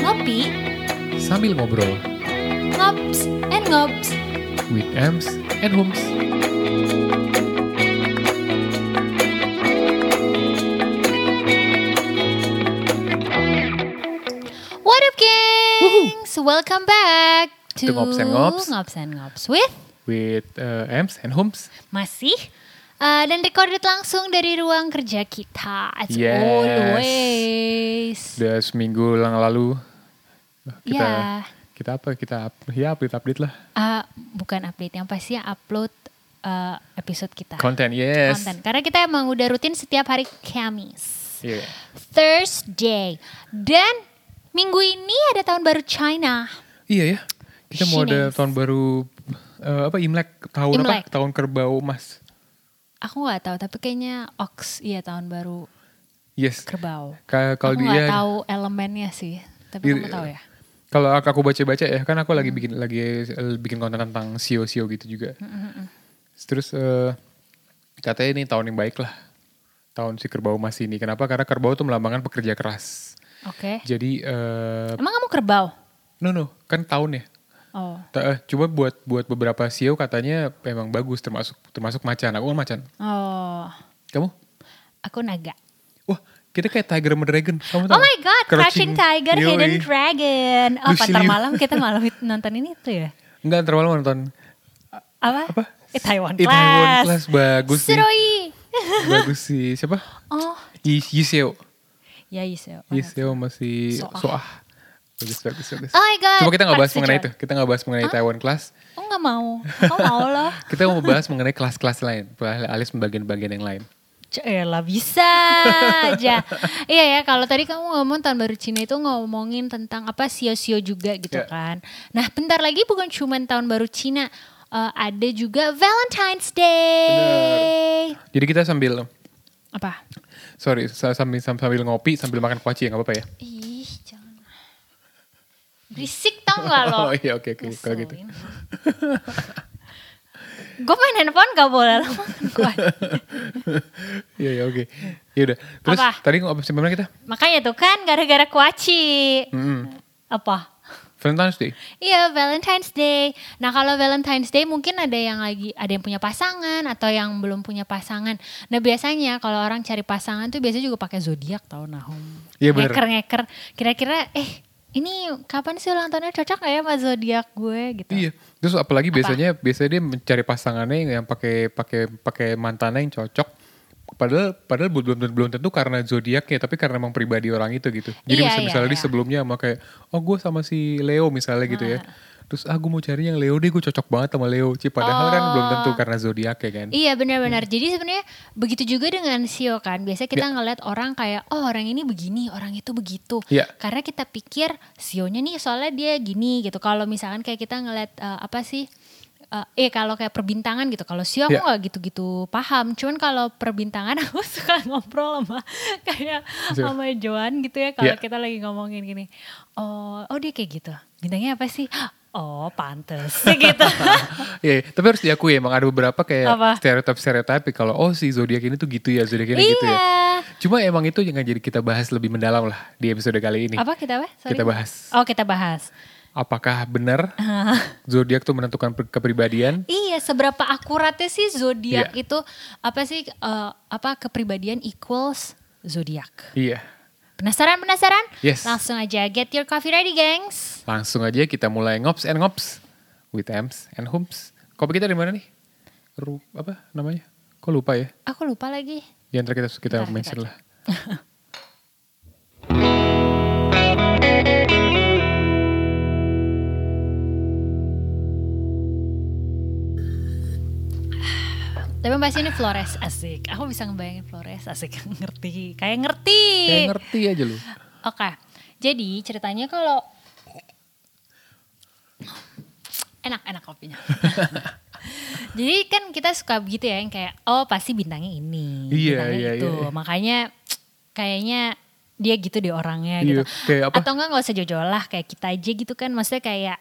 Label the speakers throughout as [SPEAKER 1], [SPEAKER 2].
[SPEAKER 1] Ngopi,
[SPEAKER 2] Sambil ngobrol
[SPEAKER 1] ngops, and ngops.
[SPEAKER 2] with Ems and Hums.
[SPEAKER 1] What up, gengs? Welcome back to
[SPEAKER 2] To Ngops and Ngops.
[SPEAKER 1] Ngops and Ngops with
[SPEAKER 2] With uh, Ems and Hums.
[SPEAKER 1] Masih uh, dan recorded langsung dari ruang kerja kita. As
[SPEAKER 2] Yes.
[SPEAKER 1] always.
[SPEAKER 2] Udah seminggu yang lalu kita
[SPEAKER 1] Ya.
[SPEAKER 2] kita apa kita up- ya update update lah
[SPEAKER 1] Uh, bukan update yang pasti upload uh, episode kita.
[SPEAKER 2] konten yes
[SPEAKER 1] Konten. Karena kita emang udah rutin setiap hari Kamis,
[SPEAKER 2] Iya.
[SPEAKER 1] Thursday, dan minggu ini ada tahun baru China.
[SPEAKER 2] iya ya kita mau ada
[SPEAKER 1] Shinings.
[SPEAKER 2] tahun baru eh, apa imlek tahun
[SPEAKER 1] Imlek.
[SPEAKER 2] apa tahun kerbau emas
[SPEAKER 1] Aku nggak tahu, tapi kayaknya ox iya tahun baru
[SPEAKER 2] yes
[SPEAKER 1] kerbau.
[SPEAKER 2] Ka- kalau
[SPEAKER 1] aku nggak
[SPEAKER 2] dia
[SPEAKER 1] tahu elemennya sih, tapi kamu
[SPEAKER 2] Iya.
[SPEAKER 1] tahu ya.
[SPEAKER 2] kalau aku aku baca-baca ya kan aku
[SPEAKER 1] Hmm.
[SPEAKER 2] lagi bikin lagi eh, bikin konten tentang sio sio gitu juga
[SPEAKER 1] hmm,
[SPEAKER 2] terus eh, katanya ini tahun yang baik lah tahun si kerbau emas ini kenapa karena kerbau tuh melambangkan pekerja keras
[SPEAKER 1] Oke.
[SPEAKER 2] jadi eh,
[SPEAKER 1] Emang kamu kerbau?
[SPEAKER 2] no no kan tahun ya
[SPEAKER 1] Oh,
[SPEAKER 2] Ta- eh, Cuma buat buat beberapa sio katanya memang bagus termasuk termasuk macan aku kan macan
[SPEAKER 1] oh,
[SPEAKER 2] kamu
[SPEAKER 1] aku naga.
[SPEAKER 2] wah kita kayak tiger sama dragon kamu tahu
[SPEAKER 1] Oh my god, Crouching Tiger,
[SPEAKER 2] Yoi.
[SPEAKER 1] Hidden Dragon. Oh,
[SPEAKER 2] Lucy
[SPEAKER 1] Pantar
[SPEAKER 2] Liu.
[SPEAKER 1] malam kita malam itu nonton ini tuh ya.
[SPEAKER 2] enggak terlalu nonton
[SPEAKER 1] Apa? Eh, Taiwan
[SPEAKER 2] Eh,
[SPEAKER 1] Class.
[SPEAKER 2] Taiwan Class, bagus nih.
[SPEAKER 1] Suroi.
[SPEAKER 2] bagus sih siapa
[SPEAKER 1] Oh,
[SPEAKER 2] Y- Yiseo
[SPEAKER 1] ya Yiseo.
[SPEAKER 2] Yiseo masih
[SPEAKER 1] Soah.
[SPEAKER 2] soah bagus bagus bagus
[SPEAKER 1] Oh my god.
[SPEAKER 2] Cuma kita nggak bahas
[SPEAKER 1] Park
[SPEAKER 2] mengenai itu
[SPEAKER 1] Seo-joon.
[SPEAKER 2] kita nggak bahas mengenai Taiwan Class
[SPEAKER 1] Oh nggak mau, aku mau loh.
[SPEAKER 2] kita mau bahas mengenai kelas-kelas lain alias bagian-bagian yang lain
[SPEAKER 1] Cela bisa aja. iya ya, kalau tadi kamu ngomong tahun baru Cina itu ngomongin tentang apa sio-sio juga gitu
[SPEAKER 2] Ya.
[SPEAKER 1] kan. Nah, bentar lagi bukan cuman tahun baru Cina, eh, ada juga Valentine's Day.
[SPEAKER 2] jadi kita sambil
[SPEAKER 1] Apa?
[SPEAKER 2] sorry sa- sambil sam- sambil ngopi sambil makan kuaci ya nggak apa-apa ya
[SPEAKER 1] Ih, jangan. Berisik tau gak lo?
[SPEAKER 2] Oh iya oke oke kalau gitu.
[SPEAKER 1] Gue main handphone gak boleh lama kan
[SPEAKER 2] Iya iya oke. Ya udah. Terus
[SPEAKER 1] Apa?
[SPEAKER 2] tadi ngobrol sampai mana kita?
[SPEAKER 1] Makanya tuh kan gara-gara kuaci.
[SPEAKER 2] Mm-mm.
[SPEAKER 1] Apa?
[SPEAKER 2] Valentine's Day.
[SPEAKER 1] Iya, Valentine's Day. Nah, kalau Valentine's Day mungkin ada yang lagi ada yang punya pasangan atau yang belum punya pasangan. Nah, biasanya kalau orang cari pasangan tuh biasanya juga pakai zodiak tau Nahum.
[SPEAKER 2] Iya, bener.
[SPEAKER 1] Ngeker-ngeker. Kira-kira eh ini kapan sih ulang tahunnya cocok gak ya sama zodiak gue gitu.
[SPEAKER 2] Iya. Terus apalagi biasanya biasanya dia mencari pasangannya yang- yang pakai pakai pakai mantannya yang cocok. Padahal padahal belum belum, belum tentu karena zodiaknya tapi karena emang pribadi orang itu gitu. Jadi
[SPEAKER 1] Iya,
[SPEAKER 2] misal-
[SPEAKER 1] iya,
[SPEAKER 2] misalnya dia
[SPEAKER 1] iya.
[SPEAKER 2] sebelumnya sama kayak oh gue sama si Leo misalnya gitu ya. Terus ah gue mau cari yang Leo deh gue cocok banget sama Leo. Ci padahal kan belum tentu karena zodiaknya kan.
[SPEAKER 1] Oh. Iya benar-benar. Jadi sebenarnya begitu juga dengan Sio kan. Biasanya
[SPEAKER 2] Ya.
[SPEAKER 1] kita ngeliat orang kayak oh orang ini begini, orang itu begitu.
[SPEAKER 2] Iya.
[SPEAKER 1] Karena kita pikir Sionya nih soalnya dia gini gitu. Kalau misalkan kayak kita ngeliat eh, apa sih? eh eh, kalau kayak perbintangan gitu. Kalau Sio aku
[SPEAKER 2] Iya.
[SPEAKER 1] nggak gitu-gitu paham. Cuman kalau perbintangan aku suka ngobrol sama kayak
[SPEAKER 2] Sio.
[SPEAKER 1] sama Joan gitu ya. Kalau
[SPEAKER 2] Iya.
[SPEAKER 1] kita lagi ngomongin gini. Oh, oh dia kayak gitu. Bintangnya apa sih? Oh, pantes gitu.
[SPEAKER 2] Iya, iya. tapi harus diakui emang ada beberapa
[SPEAKER 1] Apa?
[SPEAKER 2] kayak stereotip-stereotip kalau oh si zodiak ini tuh gitu ya, zodiak ini gitu ya.
[SPEAKER 1] iya.
[SPEAKER 2] Cuma emang itu yang jadi kita bahas lebih mendalam lah di episode kali ini.
[SPEAKER 1] Apa kita apa? Sorry.
[SPEAKER 2] Kita bahas
[SPEAKER 1] Oh kita bahas.
[SPEAKER 2] apakah benar zodiak tuh menentukan per- kepribadian?
[SPEAKER 1] Iya, seberapa akuratnya sih zodiak
[SPEAKER 2] Iya.
[SPEAKER 1] itu apa sih eh, apa kepribadian equals zodiak?
[SPEAKER 2] Iya.
[SPEAKER 1] Penasaran penasaran?
[SPEAKER 2] Yes.
[SPEAKER 1] Langsung aja get your coffee ready, gengs.
[SPEAKER 2] Langsung aja kita mulai ngops and ngops with Ems and Hums. Kopi kita di mana nih? Ru apa namanya? Kok lupa ya?
[SPEAKER 1] Aku lupa lagi.
[SPEAKER 2] Ya ntar kita kita
[SPEAKER 1] Ntar kita
[SPEAKER 2] mention
[SPEAKER 1] cek.
[SPEAKER 2] lah.
[SPEAKER 1] Tapi mbak ini Flores asik. Aku bisa ngebayangin Flores asik. ngerti, kayak ngerti.
[SPEAKER 2] Kayak ngerti aja lu.
[SPEAKER 1] Oke. Jadi ceritanya kalau enak-enak kopinya. Jadi kan kita suka begitu ya yang kayak oh pasti bintangnya ini,
[SPEAKER 2] Iya,
[SPEAKER 1] bintangnya
[SPEAKER 2] iya,
[SPEAKER 1] itu.
[SPEAKER 2] iya, iya.
[SPEAKER 1] Makanya kayaknya dia gitu deh orangnya
[SPEAKER 2] Iya,
[SPEAKER 1] gitu.
[SPEAKER 2] kayak apa?
[SPEAKER 1] Atau enggak nggak usah jojo lah kayak kita aja gitu kan. Maksudnya kayak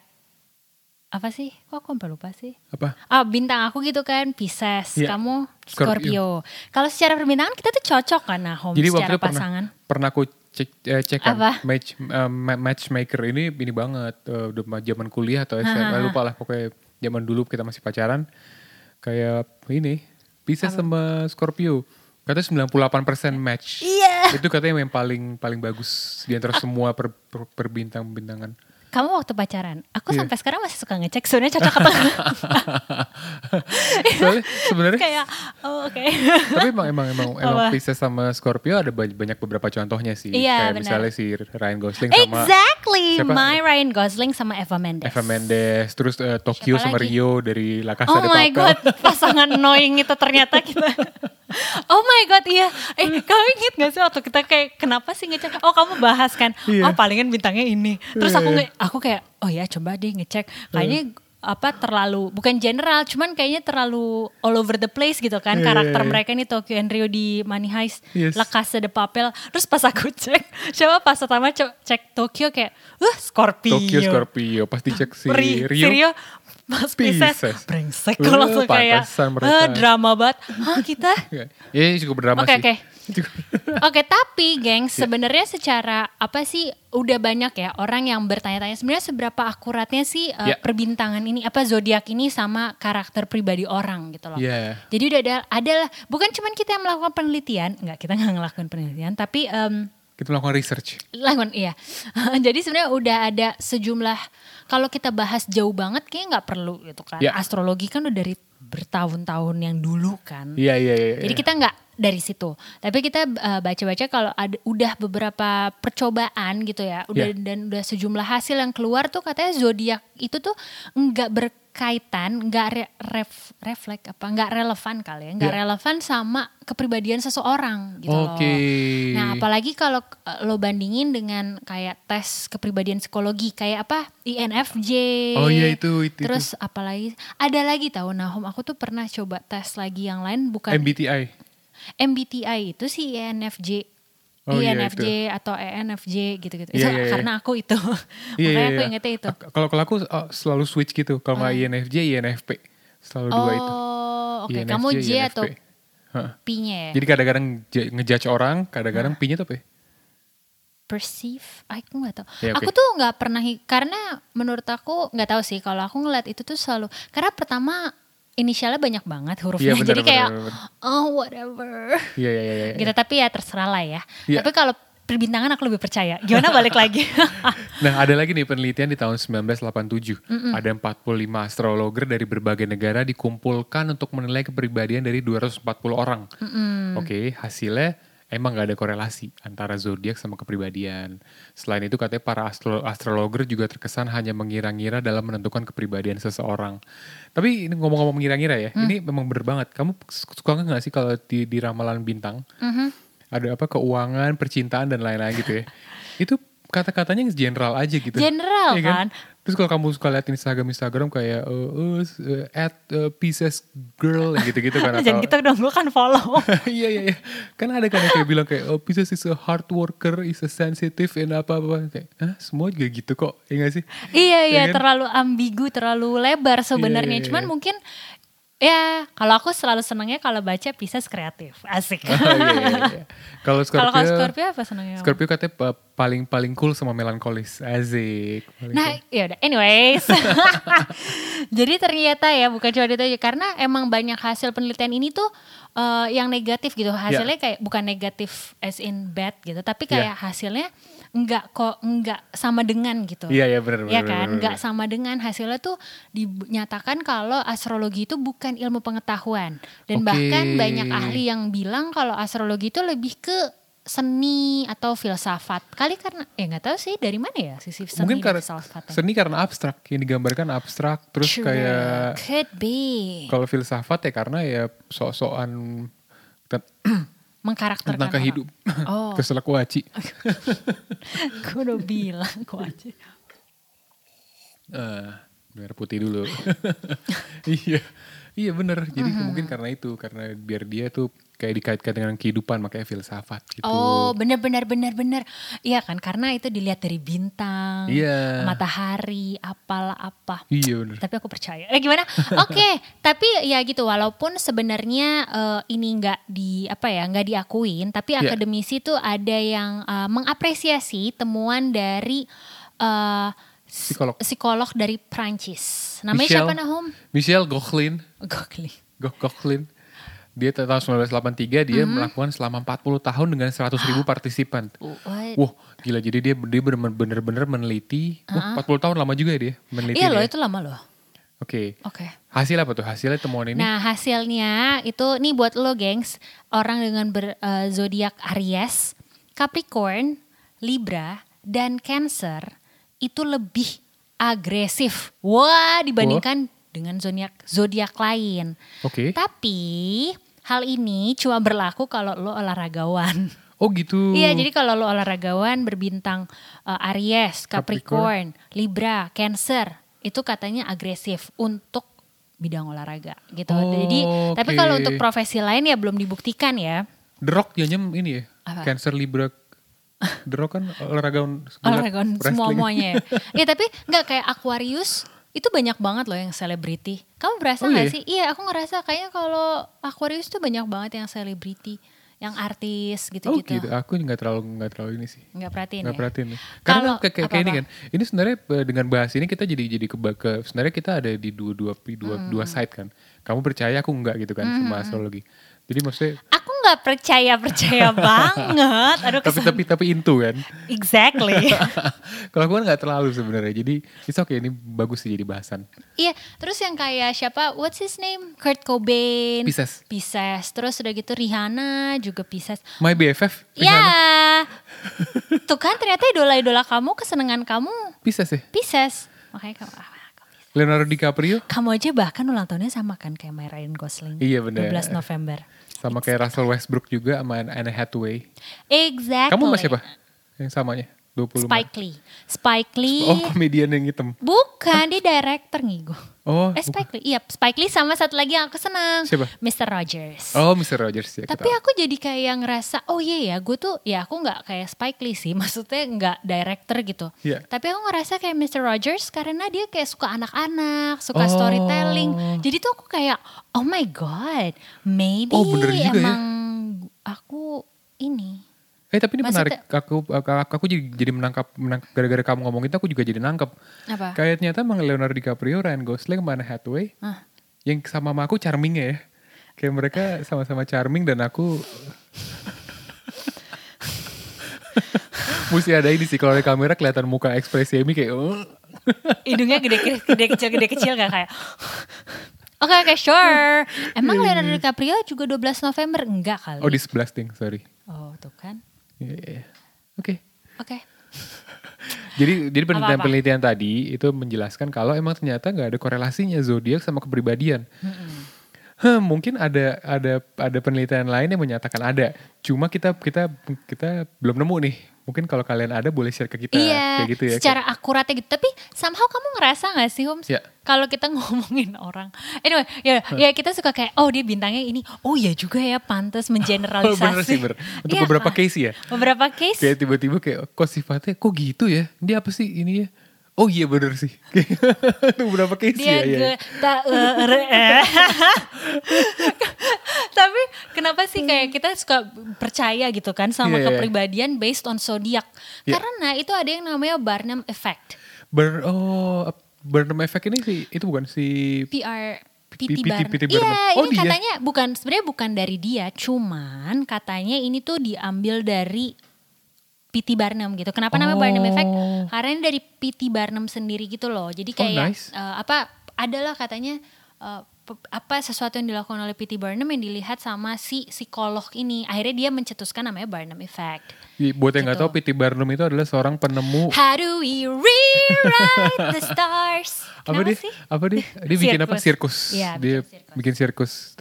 [SPEAKER 1] apa sih? Kok aku sampai lupa sih?
[SPEAKER 2] Apa?
[SPEAKER 1] Ah bintang aku gitu kan Pisces,
[SPEAKER 2] Iya.
[SPEAKER 1] kamu Scorpio.
[SPEAKER 2] Scorpio.
[SPEAKER 1] Kalau secara perbintangan kita tuh cocok kan Nahom
[SPEAKER 2] Jadi waktu
[SPEAKER 1] secara
[SPEAKER 2] itu pernah
[SPEAKER 1] pasangan.
[SPEAKER 2] pernah aku cek eh, cek kan,
[SPEAKER 1] Apa?
[SPEAKER 2] match eh, ma- matchmaker ini ini banget eh, udah ma- zaman kuliah atau SMA lupa lah pokoknya zaman dulu kita masih pacaran kayak ini Pisces sama Scorpio katanya 98% match.
[SPEAKER 1] Iya.
[SPEAKER 2] Itu katanya yang paling paling bagus di antara semua per, per- perbintang-bintangan.
[SPEAKER 1] Kamu waktu pacaran, aku
[SPEAKER 2] Iya.
[SPEAKER 1] sampai sekarang masih suka ngecek sebenarnya cocok apa enggak.
[SPEAKER 2] Soalnya sebenarnya
[SPEAKER 1] kayak oh, oke.
[SPEAKER 2] tapi emang emang emang, emang
[SPEAKER 1] Apa?
[SPEAKER 2] Pisces sama Scorpio ada ba- banyak beberapa contohnya sih.
[SPEAKER 1] Iya,
[SPEAKER 2] kayak
[SPEAKER 1] benar.
[SPEAKER 2] misalnya si Ryan Gosling sama
[SPEAKER 1] Exactly,
[SPEAKER 2] siapa?
[SPEAKER 1] my Ryan Gosling sama Eva Mendes.
[SPEAKER 2] Eva Mendes, terus eh, Tokyo
[SPEAKER 1] Siapa
[SPEAKER 2] sama
[SPEAKER 1] lagi?
[SPEAKER 2] Rio dari La Casa
[SPEAKER 1] Oh
[SPEAKER 2] de
[SPEAKER 1] my
[SPEAKER 2] Papel.
[SPEAKER 1] god, pasangan annoying itu ternyata kita. Oh my god, iya. Eh, kamu inget gak sih waktu kita kayak kenapa sih ngecek? Oh, kamu bahas kan.
[SPEAKER 2] Iya.
[SPEAKER 1] Oh, palingan bintangnya ini. Terus aku
[SPEAKER 2] Iya,
[SPEAKER 1] nge- aku kayak oh ya coba deh ngecek. Kayaknya apa terlalu bukan general, cuman kayaknya terlalu all over the place gitu kan
[SPEAKER 2] Iya,
[SPEAKER 1] karakter
[SPEAKER 2] iya, iya.
[SPEAKER 1] mereka ini Tokyo and Rio di Money Heist,
[SPEAKER 2] Yes.
[SPEAKER 1] La Casa de Papel. Terus pas aku cek, coba pas pertama co- cek Tokyo kayak, uh Scorpio.
[SPEAKER 2] Tokyo Scorpio, pasti cek si
[SPEAKER 1] Ri- si
[SPEAKER 2] Rio.
[SPEAKER 1] Rio Mas Pisces,
[SPEAKER 2] Pisces.
[SPEAKER 1] brengsek
[SPEAKER 2] Eh,
[SPEAKER 1] gue langsung kayak
[SPEAKER 2] pantesan mereka.
[SPEAKER 1] "Ah, drama banget. Hah kita?
[SPEAKER 2] Iya, ini cukup drama
[SPEAKER 1] Oke,
[SPEAKER 2] sih.
[SPEAKER 1] oke.
[SPEAKER 2] Cukup-
[SPEAKER 1] Oke tapi gengs
[SPEAKER 2] Ya.
[SPEAKER 1] sebenarnya secara apa sih udah banyak ya orang yang bertanya-tanya sebenarnya seberapa akuratnya sih uh,
[SPEAKER 2] Ya.
[SPEAKER 1] perbintangan ini apa zodiak ini sama karakter pribadi orang gitu loh.
[SPEAKER 2] Iya.
[SPEAKER 1] Jadi udah ada adalah bukan cuman kita yang melakukan penelitian, enggak kita nggak ngelakuin penelitian tapi em,
[SPEAKER 2] Kita melakukan research.
[SPEAKER 1] Langon, iya. Jadi sebenarnya udah ada sejumlah kalau kita bahas jauh banget kayaknya nggak perlu gitu kan.
[SPEAKER 2] Ya.
[SPEAKER 1] Astrologi kan udah dari bertahun-tahun yang dulu kan.
[SPEAKER 2] Iya, iya, iya.
[SPEAKER 1] Jadi kita nggak dari situ. Tapi kita eh, baca-baca kalau ada udah beberapa percobaan gitu ya, udah
[SPEAKER 2] Ya.
[SPEAKER 1] dan udah sejumlah hasil yang keluar tuh katanya zodiak itu tuh nggak berkaitan, nggak re, ref, reflek apa, nggak relevan kali ya, nggak
[SPEAKER 2] Ya.
[SPEAKER 1] relevan sama kepribadian seseorang gitu loh.
[SPEAKER 2] Oke.
[SPEAKER 1] Nah,
[SPEAKER 2] Iya.
[SPEAKER 1] apalagi kalau eh, lo bandingin dengan kayak tes kepribadian psikologi kayak apa INFJ.
[SPEAKER 2] Oh iya, itu- itu-
[SPEAKER 1] Terus apalagi ada lagi tahu Nahom aku tuh pernah coba tes lagi yang lain bukan
[SPEAKER 2] MBTI.
[SPEAKER 1] MBTI itu sih INFJ.
[SPEAKER 2] Oh, iya,
[SPEAKER 1] INFJ atau E ENFJ gitu-gitu.
[SPEAKER 2] Iya,
[SPEAKER 1] Itu
[SPEAKER 2] iya, iya.
[SPEAKER 1] karena aku itu.
[SPEAKER 2] Iya,
[SPEAKER 1] Makanya
[SPEAKER 2] iya,
[SPEAKER 1] aku
[SPEAKER 2] iya.
[SPEAKER 1] ingetnya itu. Hmm.
[SPEAKER 2] Ak- Kalau kalau aku uh, selalu switch gitu. Kalau nggak INFJ, INFP. Selalu dua itu.
[SPEAKER 1] Oh, oke. Kamu J
[SPEAKER 2] INFJ,
[SPEAKER 1] atau
[SPEAKER 2] INFP. Hah.
[SPEAKER 1] P-nya ya?
[SPEAKER 2] Jadi kadang-kadang j- ngejudge orang, kadang-kadang P-nya tuh apa ya?
[SPEAKER 1] perceive aku nggak tahu
[SPEAKER 2] Ya,
[SPEAKER 1] aku
[SPEAKER 2] oke.
[SPEAKER 1] tuh nggak pernah hi- karena menurut aku nggak tahu sih kalau aku ngeliat itu tuh selalu karena pertama inisialnya banyak banget hurufnya
[SPEAKER 2] Iya, benar,
[SPEAKER 1] jadi kayak
[SPEAKER 2] benar, benar,
[SPEAKER 1] oh whatever
[SPEAKER 2] Iya, iya, iya. iya.
[SPEAKER 1] gitu tapi ya terserah lah ya
[SPEAKER 2] Iya.
[SPEAKER 1] tapi kalau perbintangan aku lebih percaya gimana balik lagi
[SPEAKER 2] Nah, ada lagi nih penelitian di tahun 1987. Ada 45 astrologer dari berbagai negara dikumpulkan untuk menilai kepribadian dari 240 orang. Oke, hasilnya emang nggak ada korelasi antara zodiak sama kepribadian. Selain itu katanya para astro- astrologer juga terkesan hanya mengira-ngira dalam menentukan kepribadian seseorang. Tapi ini ngomong-ngomong mengira-ngira ya, ini memang bener banget. Kamu suka nggak sih kalau di, di ramalan bintang?
[SPEAKER 1] Mhm.
[SPEAKER 2] Ada apa keuangan, percintaan dan lain-lain gitu ya. itu kata-katanya general aja gitu.
[SPEAKER 1] General,
[SPEAKER 2] Iya
[SPEAKER 1] kan?
[SPEAKER 2] Terus kalau kamu suka lihat Instagram Instagram kayak eh, eh, s- eh, at eh, Pisces girl gitu-gitu kan
[SPEAKER 1] jangan
[SPEAKER 2] atau-
[SPEAKER 1] gitu dong gue kan follow
[SPEAKER 2] Iya iya iya. Kan ada kan yang kayak bilang kayak oh, Pisces is a hard worker, is a sensitive and apa apa. Kayak, Hah, semua juga gitu kok. Iya gak sih?
[SPEAKER 1] Iya iya
[SPEAKER 2] kan?
[SPEAKER 1] terlalu ambigu, terlalu lebar sebenarnya.
[SPEAKER 2] Iya, iya,
[SPEAKER 1] Cuman
[SPEAKER 2] iya.
[SPEAKER 1] mungkin ya kalau aku selalu senangnya kalau baca Pisces kreatif, asik.
[SPEAKER 2] Oh, iya, iya, iya. Kalau
[SPEAKER 1] Kalau kalau
[SPEAKER 2] Scorpio,
[SPEAKER 1] Scorpio apa senangnya?
[SPEAKER 2] Scorpio katanya pa- paling paling cool sama melankolis. Asik. Paling
[SPEAKER 1] Nah, ya udah. Anyways. Jadi ternyata ya bukan cuma itu aja karena emang banyak hasil penelitian ini tuh eh, yang negatif
[SPEAKER 2] Ya.
[SPEAKER 1] gitu. Hasilnya kayak bukan negatif as in bad gitu, tapi kayak hasilnya enggak kok enggak sama dengan gitu.
[SPEAKER 2] Iya, iya,
[SPEAKER 1] Iya
[SPEAKER 2] benar, benar,
[SPEAKER 1] kan?
[SPEAKER 2] benar,
[SPEAKER 1] Enggak
[SPEAKER 2] benar.
[SPEAKER 1] sama dengan hasilnya tuh dinyatakan kalau astrologi itu bukan ilmu pengetahuan dan
[SPEAKER 2] Oke.
[SPEAKER 1] bahkan banyak ahli yang bilang kalau astrologi itu lebih ke seni atau filsafat kali karena ya nggak tahu sih dari mana ya sisi seni ya.
[SPEAKER 2] mungkin
[SPEAKER 1] dan
[SPEAKER 2] karena
[SPEAKER 1] filsafatnya.
[SPEAKER 2] seni karena abstrak yang digambarkan abstrak terus
[SPEAKER 1] Sure,
[SPEAKER 2] kayak
[SPEAKER 1] could be
[SPEAKER 2] kalau filsafat ya karena ya sok-sokan te-
[SPEAKER 1] mengkarakterkan
[SPEAKER 2] tentang
[SPEAKER 1] orang.
[SPEAKER 2] kehidup
[SPEAKER 1] Oh.
[SPEAKER 2] keselakwaci
[SPEAKER 1] Gue udah bilang kok aja.
[SPEAKER 2] Eh, biar putih
[SPEAKER 1] Mm-hmm.
[SPEAKER 2] dulu iya iya bener jadi mungkin karena itu karena biar dia tuh kayak dikaitkan dengan kehidupan makanya filsafat gitu.
[SPEAKER 1] Oh bener bener bener bener. Iya kan karena itu dilihat dari bintang,
[SPEAKER 2] Iya.
[SPEAKER 1] matahari, apalah apa.
[SPEAKER 2] Iya bener.
[SPEAKER 1] Tapi aku percaya. Eh gimana? Oke, tapi ya gitu walaupun sebenarnya eh, ini nggak di apa ya, nggak diakuin, tapi
[SPEAKER 2] Iya.
[SPEAKER 1] akademisi tuh ada yang eh, mengapresiasi temuan dari eh, s-
[SPEAKER 2] Psikolog.
[SPEAKER 1] psikolog dari Prancis. Namanya
[SPEAKER 2] Michel-
[SPEAKER 1] siapa Nahum?
[SPEAKER 2] Michelle Gochlin.
[SPEAKER 1] Gokli.
[SPEAKER 2] Go- Gochlin. Dia t- tahun 1983
[SPEAKER 1] Mm-hmm.
[SPEAKER 2] dia melakukan selama 40 tahun dengan 100
[SPEAKER 1] Ah.
[SPEAKER 2] ribu partisipan.
[SPEAKER 1] What?
[SPEAKER 2] Wah gila jadi dia dia bener- bener-bener meneliti. Wah 40 tahun lama juga ya dia meneliti.
[SPEAKER 1] Iya
[SPEAKER 2] ini
[SPEAKER 1] loh
[SPEAKER 2] ya.
[SPEAKER 1] itu lama loh.
[SPEAKER 2] Oke.
[SPEAKER 1] Oke.
[SPEAKER 2] Hasil apa tuh? Hasilnya temuan ini?
[SPEAKER 1] Nah hasilnya itu nih buat lo gengs orang dengan ber- eh, zodiak Aries, Capricorn, Libra dan Cancer itu lebih agresif. Wah dibandingkan dengan zodiak zodiak lain.
[SPEAKER 2] Oke.
[SPEAKER 1] Tapi hal ini cuma berlaku kalau lo olahragawan.
[SPEAKER 2] Oh gitu.
[SPEAKER 1] Iya, jadi kalau lo olahragawan berbintang eh, Aries, Capricorn, Libra, Cancer, itu katanya agresif untuk bidang olahraga gitu.
[SPEAKER 2] Oh,
[SPEAKER 1] jadi, tapi
[SPEAKER 2] oke.
[SPEAKER 1] kalau untuk profesi lain ya belum dibuktikan ya.
[SPEAKER 2] The Rock dia nyem ini ya.
[SPEAKER 1] Apa?
[SPEAKER 2] Cancer Libra. The Rock kan olahragawan gulat,
[SPEAKER 1] Olahragawan
[SPEAKER 2] wrestling.
[SPEAKER 1] semua-muanya. ya, tapi nggak kayak Aquarius itu banyak banget loh yang selebriti. Kamu berasa
[SPEAKER 2] Oh,
[SPEAKER 1] nggak
[SPEAKER 2] iya?
[SPEAKER 1] sih? Iya, aku ngerasa kayaknya kalau Aquarius tuh banyak banget yang selebriti, yang artis
[SPEAKER 2] Oh
[SPEAKER 1] gitu-gitu.
[SPEAKER 2] gitu. Aku nggak terlalu nggak terlalu ini sih.
[SPEAKER 1] Nggak perhatiin
[SPEAKER 2] Nggak
[SPEAKER 1] ya?
[SPEAKER 2] perhatiin. nih. Karena
[SPEAKER 1] Kalau-
[SPEAKER 2] kayak kayak kayak ini
[SPEAKER 1] apa-apa?
[SPEAKER 2] kan. Ini sebenarnya eh, dengan bahas ini kita jadi jadi ke, ke sebenarnya kita ada di dua dua dua,
[SPEAKER 1] Hmm.
[SPEAKER 2] dua side kan. Kamu percaya aku nggak gitu kan sama astrologi. Jadi maksudnya
[SPEAKER 1] Aku nggak percaya percaya banget. Aduh,
[SPEAKER 2] tapi tapi tapi intu kan.
[SPEAKER 1] Exactly.
[SPEAKER 2] Kalau aku kan nggak terlalu sebenarnya. Jadi itu oke ini bagus sih jadi bahasan.
[SPEAKER 1] Iya, terus yang kayak siapa? What's his name? Kurt Cobain.
[SPEAKER 2] Pisces.
[SPEAKER 1] Pisces. Terus udah gitu Rihanna juga Pisces.
[SPEAKER 2] My BFF.
[SPEAKER 1] Ya.
[SPEAKER 2] Rihanna.
[SPEAKER 1] Tuh kan ternyata idola-idola kamu, kesenangan kamu
[SPEAKER 2] Pisces ya.
[SPEAKER 1] Pisces. Makanya kamu ah, kamu Pisces.
[SPEAKER 2] Leonardo DiCaprio
[SPEAKER 1] kamu aja bahkan ulang tahunnya sama kan kayak Mary Ryan Gosling.
[SPEAKER 2] Iya, bener.
[SPEAKER 1] 12 November.
[SPEAKER 2] sama kayak Russell Westbrook juga sama Anne Hathaway.
[SPEAKER 1] Exactly.
[SPEAKER 2] Kamu sama siapa? Yang samanya? 20 Maret.
[SPEAKER 1] Spike Lee. Spike Lee.
[SPEAKER 2] Oh, komedian yang hitam.
[SPEAKER 1] Bukan, dia director ngigo.
[SPEAKER 2] Oh,
[SPEAKER 1] Eh Spike Lee, iya Spike Lee sama satu lagi yang aku senang.
[SPEAKER 2] Siapa?
[SPEAKER 1] Mr. Rogers.
[SPEAKER 2] Oh, Mr. Rogers ya.
[SPEAKER 1] Tapi aku jadi kayak ngerasa, oh iya ya, gue tuh ya aku nggak kayak Spike Lee sih, maksudnya nggak director gitu.
[SPEAKER 2] Iya.
[SPEAKER 1] Tapi aku ngerasa kayak Mr. Rogers karena dia kayak suka anak-anak, suka
[SPEAKER 2] Oh.
[SPEAKER 1] storytelling. Jadi tuh aku kayak, oh my god, maybe
[SPEAKER 2] Oh, bener juga ya.
[SPEAKER 1] emang aku ini.
[SPEAKER 2] Eh, tapi ini
[SPEAKER 1] Maksudnya-
[SPEAKER 2] menarik. Aku aku, aku jadi jadi menangkap menangkap gara-gara kamu ngomong itu aku juga jadi nangkep.
[SPEAKER 1] Apa?
[SPEAKER 2] Kayak ternyata emang Leonardo DiCaprio, Ryan Gosling, sama Anne Hathaway.
[SPEAKER 1] Ah.
[SPEAKER 2] Yang sama sama aku charming ya. Kayak mereka sama-sama charming dan aku mesti ada ini sih kalau ada kamera kelihatan muka ekspresi Amy kayak "Oh."
[SPEAKER 1] Hidungnya gede, gede, gede kecil gede kecil gak kayak. Oke oke sure. Emang Leonardo DiCaprio juga 12 November enggak kali?
[SPEAKER 2] oh disblasting sorry.
[SPEAKER 1] Oh, tuh kan.
[SPEAKER 2] Iya, iya. Oke.
[SPEAKER 1] Oke.
[SPEAKER 2] Jadi jadi penelitian
[SPEAKER 1] Apa-apa?
[SPEAKER 2] penelitian tadi itu menjelaskan kalau emang ternyata nggak ada korelasinya zodiak sama kepribadian. Hah, mungkin ada ada ada penelitian lain yang menyatakan ada. Cuma kita kita kita belum nemu nih. Mungkin kalau kalian ada boleh share ke kita
[SPEAKER 1] iya.
[SPEAKER 2] kayak gitu ya.
[SPEAKER 1] Secara akuratnya gitu. Tapi somehow kamu ngerasa gak sih, Homs?
[SPEAKER 2] Iya.
[SPEAKER 1] Kalau kita ngomongin orang. Anyway, ya, ya kita suka kayak oh dia bintangnya ini. Oh ya juga ya pantas mengeneralisasi.
[SPEAKER 2] Oh, Bener sih, bener. Untuk
[SPEAKER 1] Iya
[SPEAKER 2] beberapa
[SPEAKER 1] kan?
[SPEAKER 2] case ya.
[SPEAKER 1] Beberapa case.
[SPEAKER 2] Kayak tiba-tiba kayak kok sifatnya kok gitu ya? Dia apa sih ini ya? Oh iya bener sih. Itu berapa case
[SPEAKER 1] dia
[SPEAKER 2] ya? iya.
[SPEAKER 1] ge- ta- e- re- e. tapi kenapa sih kayak kita suka percaya gitu kan sama
[SPEAKER 2] Hmm. Iya, iya.
[SPEAKER 1] kepribadian based on zodiak
[SPEAKER 2] Iya.
[SPEAKER 1] karena itu ada yang namanya Barnum effect
[SPEAKER 2] Ber oh Burnham Effect ini sih itu bukan si
[SPEAKER 1] PR
[SPEAKER 2] P-
[SPEAKER 1] PT
[SPEAKER 2] PT
[SPEAKER 1] Barnum.
[SPEAKER 2] Barnum.
[SPEAKER 1] Iya,
[SPEAKER 2] Oh,
[SPEAKER 1] ini
[SPEAKER 2] dia.
[SPEAKER 1] katanya bukan sebenarnya bukan dari dia, cuman katanya ini tuh diambil dari PT Barnum gitu. Kenapa namanya Barnum
[SPEAKER 2] Oh.
[SPEAKER 1] Effect? Karena ini dari PT Barnum sendiri gitu loh. Jadi
[SPEAKER 2] Oh,
[SPEAKER 1] kayak
[SPEAKER 2] nice.
[SPEAKER 1] eh, apa adalah katanya eh, pe- apa sesuatu yang dilakukan oleh PT Barnum yang dilihat sama si psikolog ini. Akhirnya dia mencetuskan namanya Barnum Effect.
[SPEAKER 2] Iya, Buat yang nggak
[SPEAKER 1] Gitu.
[SPEAKER 2] tahu, P.T. Barnum itu adalah seorang penemu
[SPEAKER 1] How do we rewrite the stars?
[SPEAKER 2] apa
[SPEAKER 1] Kenapa
[SPEAKER 2] dia?
[SPEAKER 1] sih?
[SPEAKER 2] Apa dia? Dia bikin apa?
[SPEAKER 1] Sirkus.
[SPEAKER 2] Sirkus.
[SPEAKER 1] Iya,
[SPEAKER 2] dia
[SPEAKER 1] bikin sirkus. Uh-huh.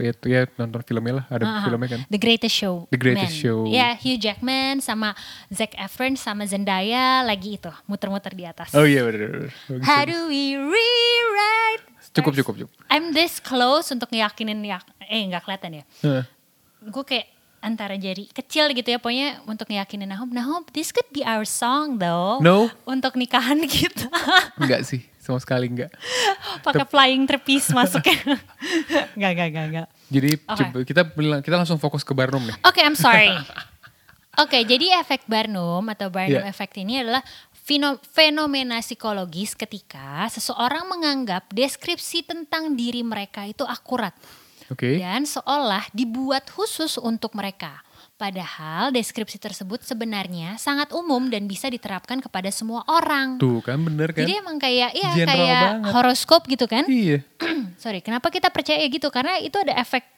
[SPEAKER 2] bikin sirkus. Ya, ya, nonton filmnya lah. Ada
[SPEAKER 1] Aha.
[SPEAKER 2] filmnya kan.
[SPEAKER 1] The Greatest Show.
[SPEAKER 2] The Greatest Show.
[SPEAKER 1] Ya, Hugh Jackman sama Zac Efron sama Zendaya lagi itu muter-muter di atas.
[SPEAKER 2] Oh iya, bener, bener, bener.
[SPEAKER 1] How do we rewrite?
[SPEAKER 2] Cukup, cukup, cukup.
[SPEAKER 1] I'm this close untuk ngeyakinin yak eh nggak kelihatan ya.
[SPEAKER 2] Heeh.
[SPEAKER 1] gue kayak antara jari kecil gitu ya pokoknya untuk ngeyakinin Nahum, Nahum this could be our song though
[SPEAKER 2] No.
[SPEAKER 1] untuk nikahan kita
[SPEAKER 2] Enggak sih, sama sekali enggak.
[SPEAKER 1] pakai flying trapeze masuknya nggak nggak nggak nggak
[SPEAKER 2] Jadi
[SPEAKER 1] Oke.
[SPEAKER 2] coba- kita bilang- kita langsung fokus ke Barnum nih.
[SPEAKER 1] Oke, I'm sorry. Oke, jadi efek Barnum atau Barnum
[SPEAKER 2] Yeah.
[SPEAKER 1] effect ini adalah fino- fenomena psikologis ketika seseorang menganggap deskripsi tentang diri mereka itu akurat Oh,
[SPEAKER 2] Oke.
[SPEAKER 1] dan seolah dibuat khusus untuk mereka. Padahal deskripsi tersebut sebenarnya sangat umum dan bisa diterapkan kepada semua orang.
[SPEAKER 2] Tuh kan bener kan?
[SPEAKER 1] Jadi emang kayak iya
[SPEAKER 2] General
[SPEAKER 1] kayak
[SPEAKER 2] banget.
[SPEAKER 1] horoskop gitu kan?
[SPEAKER 2] Iya.
[SPEAKER 1] Sorry, kenapa kita percaya gitu? Karena itu ada efek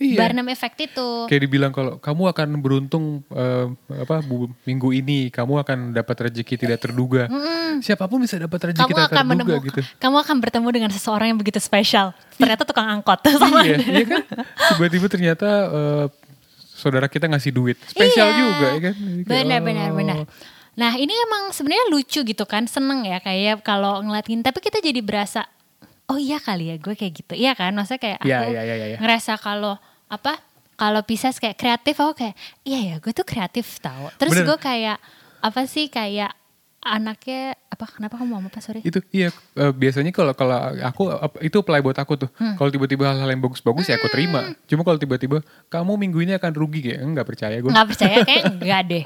[SPEAKER 2] Iya.
[SPEAKER 1] Barnum effect itu.
[SPEAKER 2] Kayak dibilang kalau kamu akan beruntung eh, apa bu- minggu ini, kamu akan dapat rezeki tidak terduga. Siapapun bisa dapat rezeki
[SPEAKER 1] kamu
[SPEAKER 2] tidak
[SPEAKER 1] akan
[SPEAKER 2] terduga
[SPEAKER 1] menemukan
[SPEAKER 2] gitu.
[SPEAKER 1] kamu akan bertemu dengan seseorang yang begitu spesial ternyata tukang angkot sama
[SPEAKER 2] Iya, iya kan? Tiba-tiba ternyata eh, saudara kita ngasih duit. Spesial
[SPEAKER 1] Iya.
[SPEAKER 2] juga ya kan? Jadi kayak,
[SPEAKER 1] benar benar
[SPEAKER 2] oh.
[SPEAKER 1] benar nah ini emang sebenarnya lucu gitu kan seneng ya kayak kalau ngeliatin tapi kita jadi berasa oh iya kali ya gue kayak gitu iya kan maksudnya kayak
[SPEAKER 2] Iya,
[SPEAKER 1] aku
[SPEAKER 2] iya, iya, iya, iya.
[SPEAKER 1] ngerasa kalau apa kalau Pisces kayak kreatif aku kayak iya ya gue tuh kreatif tau terus
[SPEAKER 2] Bener.
[SPEAKER 1] gue kayak apa sih kayak anaknya apa kenapa kamu mau apa sorry
[SPEAKER 2] itu iya eh, biasanya kalau kalau aku ap- itu apply buat aku tuh
[SPEAKER 1] Hmm.
[SPEAKER 2] kalau tiba-tiba hal-hal yang bagus-bagus ya aku terima cuma kalau tiba-tiba kamu minggu ini akan rugi kayak nggak percaya gue
[SPEAKER 1] nggak percaya kayak enggak deh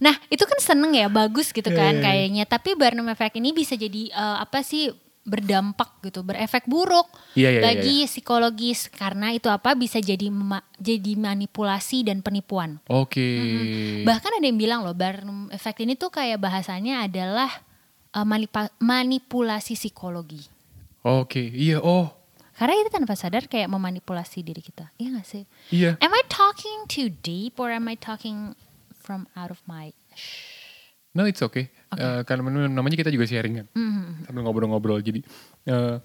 [SPEAKER 1] nah itu kan seneng ya bagus gitu
[SPEAKER 2] Iya,
[SPEAKER 1] kan kayaknya tapi Barnum Effect ini bisa jadi eh, apa sih berdampak gitu berefek buruk
[SPEAKER 2] Iya, iya, iya,
[SPEAKER 1] bagi psikologis karena itu apa bisa jadi mema- jadi manipulasi dan penipuan
[SPEAKER 2] oke Iya.
[SPEAKER 1] bahkan ada yang bilang loh Barnum Effect ini tuh kayak bahasanya adalah eh, manipa- manipulasi psikologi
[SPEAKER 2] oke iya oh
[SPEAKER 1] karena itu tanpa sadar kayak memanipulasi diri kita iya gak sih
[SPEAKER 2] iya
[SPEAKER 1] am I talking too deep or am I talking from out of my
[SPEAKER 2] no it's okay, Eh, karena men- namanya kita juga sharing kan sambil ngobrol-ngobrol jadi eh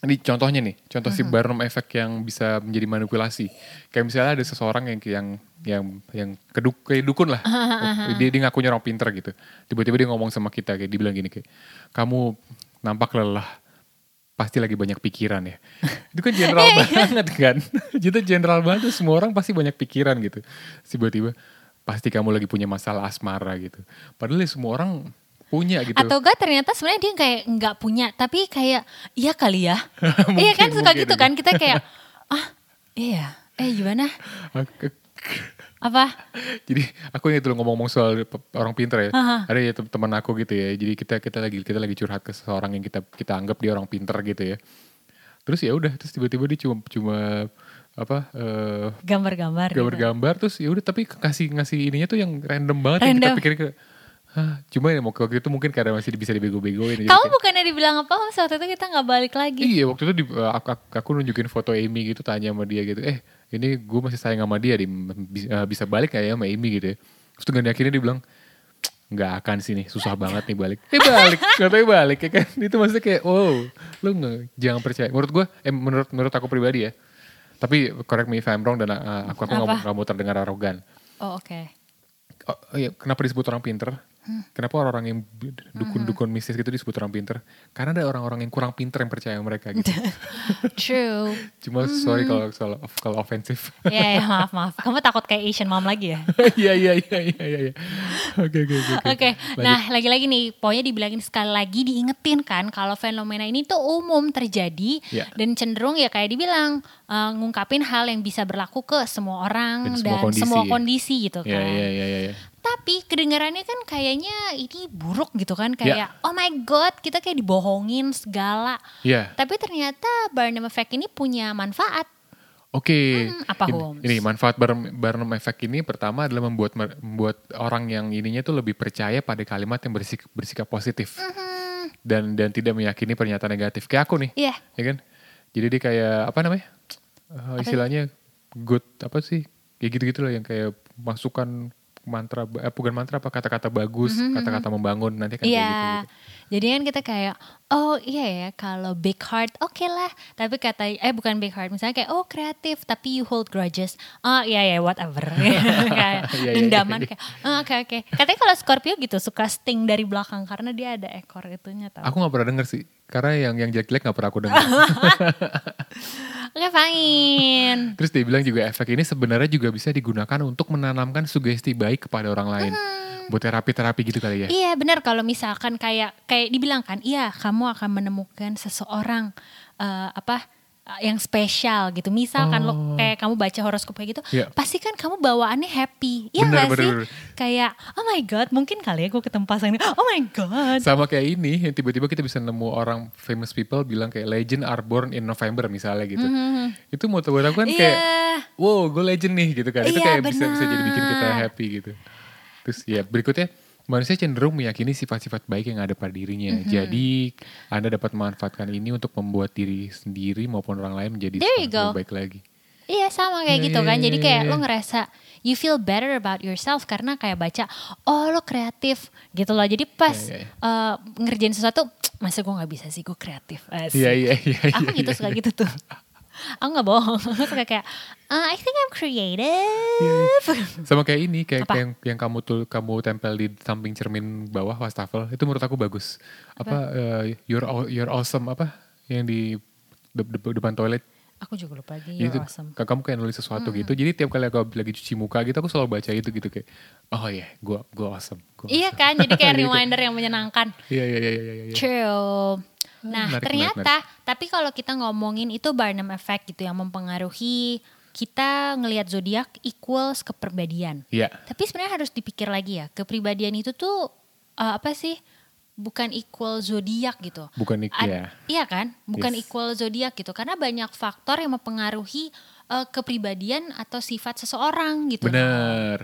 [SPEAKER 2] ini contohnya nih contoh si Barnum efek yang bisa menjadi manipulasi kayak misalnya ada seseorang yang yang yang yang keduk kayak dukun lah dia, dia ngakunya orang pinter gitu tiba-tiba dia ngomong sama kita kayak dibilang gini kayak kamu nampak lelah pasti lagi banyak pikiran ya itu kan general banget kan itu general banget tuh, semua orang pasti banyak pikiran gitu Terus tiba-tiba pasti kamu lagi punya masalah asmara gitu padahal ya semua orang punya gitu
[SPEAKER 1] Atau enggak ternyata sebenarnya dia kayak nggak punya tapi kayak iya kali ya.
[SPEAKER 2] Mungkin,
[SPEAKER 1] iya kan suka
[SPEAKER 2] mungkin
[SPEAKER 1] gitu
[SPEAKER 2] aja.
[SPEAKER 1] kan kita kayak ah iya eh gimana apa
[SPEAKER 2] jadi aku ingat dulu ngomong-ngomong soal pe- orang pinter ya
[SPEAKER 1] Aha.
[SPEAKER 2] ada ya tem- teman aku gitu ya jadi kita kita lagi kita lagi curhat ke seseorang yang kita kita anggap dia orang pinter gitu ya terus ya udah terus tiba-tiba dia cuma cuma apa eh,
[SPEAKER 1] gambar-gambar. gitu.
[SPEAKER 2] gambar-gambar terus ya udah tapi kasih ngasih ininya tuh yang random banget yang
[SPEAKER 1] Random.
[SPEAKER 2] kita pikirin ke Hah, cuma ya mau waktu itu mungkin karena masih bisa dibego-begoin ya, jadi
[SPEAKER 1] Kamu
[SPEAKER 2] kayak-
[SPEAKER 1] bukannya dibilang apa Mas, waktu itu kita nggak balik lagi.
[SPEAKER 2] Iya waktu itu di, aku, aku- aku nunjukin foto Amy gitu tanya sama dia gitu, eh ini gue masih sayang sama dia, di, bis- eh, bisa balik gak ya sama Amy gitu ya. Terus dengan akhirnya dia bilang, nggak akan sih nih, susah banget nih balik. Eh balik, katanya balik ya kan. Itu maksudnya kayak, wow, lu nge- jangan percaya. Menurut gue, eh, menurut menurut aku pribadi ya. Tapi correct me if I'm wrong dan eh, aku aku nggak mau-
[SPEAKER 1] Apa?
[SPEAKER 2] nggak mau terdengar arogan.
[SPEAKER 1] Oh oke.
[SPEAKER 2] Oh, oh iya, kenapa disebut orang pinter? Kenapa orang yang bi- dukun-dukun mistis gitu disebut orang pinter? Karena ada orang-orang yang kurang pinter yang percaya sama mereka gitu.
[SPEAKER 1] True.
[SPEAKER 2] Cuma
[SPEAKER 1] Mhm.
[SPEAKER 2] sorry kalau kalau kalau ofensif.
[SPEAKER 1] Ya ya, maaf maaf. Kamu takut kayak Asian mom lagi ya?
[SPEAKER 2] Iya iya iya iya iya. iya. Oke oke oke. oke.
[SPEAKER 1] Oke,
[SPEAKER 2] Lanjut.
[SPEAKER 1] nah lagi-lagi nih, pokoknya dibilangin sekali lagi diingetin kan kalau fenomena ini tuh umum terjadi
[SPEAKER 2] Ya.
[SPEAKER 1] dan cenderung ya kayak dibilang eh, ngungkapin hal yang bisa berlaku ke semua orang dan semua,
[SPEAKER 2] Dan semua
[SPEAKER 1] kondisi,
[SPEAKER 2] kondisi.
[SPEAKER 1] gitu kan.
[SPEAKER 2] Iya iya iya iya. iya.
[SPEAKER 1] Tapi kedengarannya kan kayaknya ini buruk gitu kan
[SPEAKER 2] Ya.
[SPEAKER 1] kayak oh my god kita kayak dibohongin segala.
[SPEAKER 2] Iya.
[SPEAKER 1] Tapi ternyata Barnum Effect ini punya manfaat.
[SPEAKER 2] Oke.
[SPEAKER 1] Hmm, apa,
[SPEAKER 2] Ini-
[SPEAKER 1] Holmes?
[SPEAKER 2] Ini manfaat Barnum, Barnum Effect ini pertama adalah membuat mer- membuat orang yang ininya tuh lebih percaya pada kalimat yang bersik- bersikap positif
[SPEAKER 1] Mhm.
[SPEAKER 2] dan dan tidak meyakini pernyataan negatif kayak aku nih.
[SPEAKER 1] Iya.
[SPEAKER 2] Ya kan? Jadi dia kayak apa namanya? Eh, istilahnya good apa sih? Kayak gitu-gitu loh yang kayak masukan mantra ba- eh, bukan mantra apa kata-kata bagus, kata-kata membangun nanti kan kayak
[SPEAKER 1] Iya.
[SPEAKER 2] gitu.
[SPEAKER 1] Jadi kan kita kayak oh iya ya kalau big heart oke lah. Tapi kata eh bukan big heart misalnya kayak oh kreatif tapi you hold grudges. Oh iya ya whatever. kayak
[SPEAKER 2] Iya, iya,
[SPEAKER 1] dendaman
[SPEAKER 2] iya,
[SPEAKER 1] kayak "Oh, oke oke. Katanya kalau Scorpio gitu suka sting dari belakang karena dia ada ekor itunya tau.
[SPEAKER 2] Aku nggak pernah denger sih. Karena yang yang jelek-jelek gak pernah aku dengar.
[SPEAKER 1] Oke, fine.
[SPEAKER 2] Terus dia bilang juga efek ini sebenarnya juga bisa digunakan untuk menanamkan sugesti baik kepada orang lain. Buat terapi-terapi gitu kali ya.
[SPEAKER 1] Iya benar kalau misalkan kayak kayak dibilang kan, iya kamu akan menemukan seseorang eh, apa eh, yang spesial gitu. Misalkan lo
[SPEAKER 2] Oh.
[SPEAKER 1] kayak kamu baca horoskop kayak gitu,
[SPEAKER 2] Iya.
[SPEAKER 1] pasti kan kamu bawaannya happy. Iya
[SPEAKER 2] Benar,
[SPEAKER 1] nggak
[SPEAKER 2] benar,
[SPEAKER 1] sih?
[SPEAKER 2] benar.
[SPEAKER 1] Kayak oh my god, mungkin kali ya gue ke tempat ini. Oh my god.
[SPEAKER 2] Sama kayak ini, yang tiba-tiba kita bisa nemu orang famous people bilang kayak legend are born in November misalnya gitu. Itu moto buat aku kan
[SPEAKER 1] Mhm, Iya.
[SPEAKER 2] kayak, wow gue legend nih gitu kan. Itu
[SPEAKER 1] Iya,
[SPEAKER 2] kayak bisa, bisa jadi
[SPEAKER 1] benar.
[SPEAKER 2] bikin kita happy gitu. Terus ya berikutnya, manusia cenderung meyakini sifat-sifat baik yang ada pada dirinya.
[SPEAKER 1] Mhm.
[SPEAKER 2] Jadi Anda dapat memanfaatkan ini untuk membuat diri sendiri maupun orang lain menjadi
[SPEAKER 1] There you
[SPEAKER 2] seorang yang
[SPEAKER 1] go.
[SPEAKER 2] baik lagi.
[SPEAKER 1] Iya sama
[SPEAKER 2] Iya,
[SPEAKER 1] kayak gitu
[SPEAKER 2] iya,
[SPEAKER 1] kan. Jadi
[SPEAKER 2] iya,
[SPEAKER 1] kayak
[SPEAKER 2] iya.
[SPEAKER 1] lo ngerasa you feel better about yourself karena kayak baca oh lo kreatif gitu loh. Jadi pas
[SPEAKER 2] Iya, iya,
[SPEAKER 1] eh, ngerjain sesuatu masa gue nggak bisa sih gue kreatif. Asik.
[SPEAKER 2] Iya, iya, iya.
[SPEAKER 1] Aku
[SPEAKER 2] iya,
[SPEAKER 1] gitu
[SPEAKER 2] iya.
[SPEAKER 1] suka gitu tuh. Aku gak bohong. Aku suka kayak "Uh, I think I'm creative.
[SPEAKER 2] Sama kayak ini, kayak
[SPEAKER 1] Apa?
[SPEAKER 2] kayak yang, yang kamu tul, kamu tempel di samping cermin bawah wastafel, itu menurut aku bagus. Apa, eh, you're aw- you're awesome apa yang di de- de- depan toilet
[SPEAKER 1] Aku juga lupa lagi.
[SPEAKER 2] Jadi
[SPEAKER 1] You're
[SPEAKER 2] Iya, itu
[SPEAKER 1] awesome.
[SPEAKER 2] kayak kamu kayak nulis sesuatu gitu. Jadi tiap kali aku lagi cuci muka gitu aku selalu baca itu gitu kayak oh ya, gua gua awesome. Gua
[SPEAKER 1] Iya
[SPEAKER 2] awesome."
[SPEAKER 1] kan. Jadi kayak
[SPEAKER 2] Gitu.
[SPEAKER 1] reminder yang menyenangkan.
[SPEAKER 2] Iya iya iya iya iya. iya.
[SPEAKER 1] True. Nah,
[SPEAKER 2] menarik,
[SPEAKER 1] ternyata
[SPEAKER 2] menarik.
[SPEAKER 1] tapi kalau kita ngomongin itu Barnum effect gitu yang mempengaruhi kita ngelihat zodiak equals kepribadian.
[SPEAKER 2] Iya.
[SPEAKER 1] Tapi sebenarnya harus dipikir lagi ya, kepribadian itu tuh eh, apa sih? Bukan equal zodiak gitu.
[SPEAKER 2] Bukan ik-
[SPEAKER 1] Ad-
[SPEAKER 2] ya.
[SPEAKER 1] Iya kan? Bukan
[SPEAKER 2] Yes.
[SPEAKER 1] equal zodiak gitu karena banyak faktor yang mempengaruhi eh, kepribadian atau sifat seseorang gitu.
[SPEAKER 2] Bener.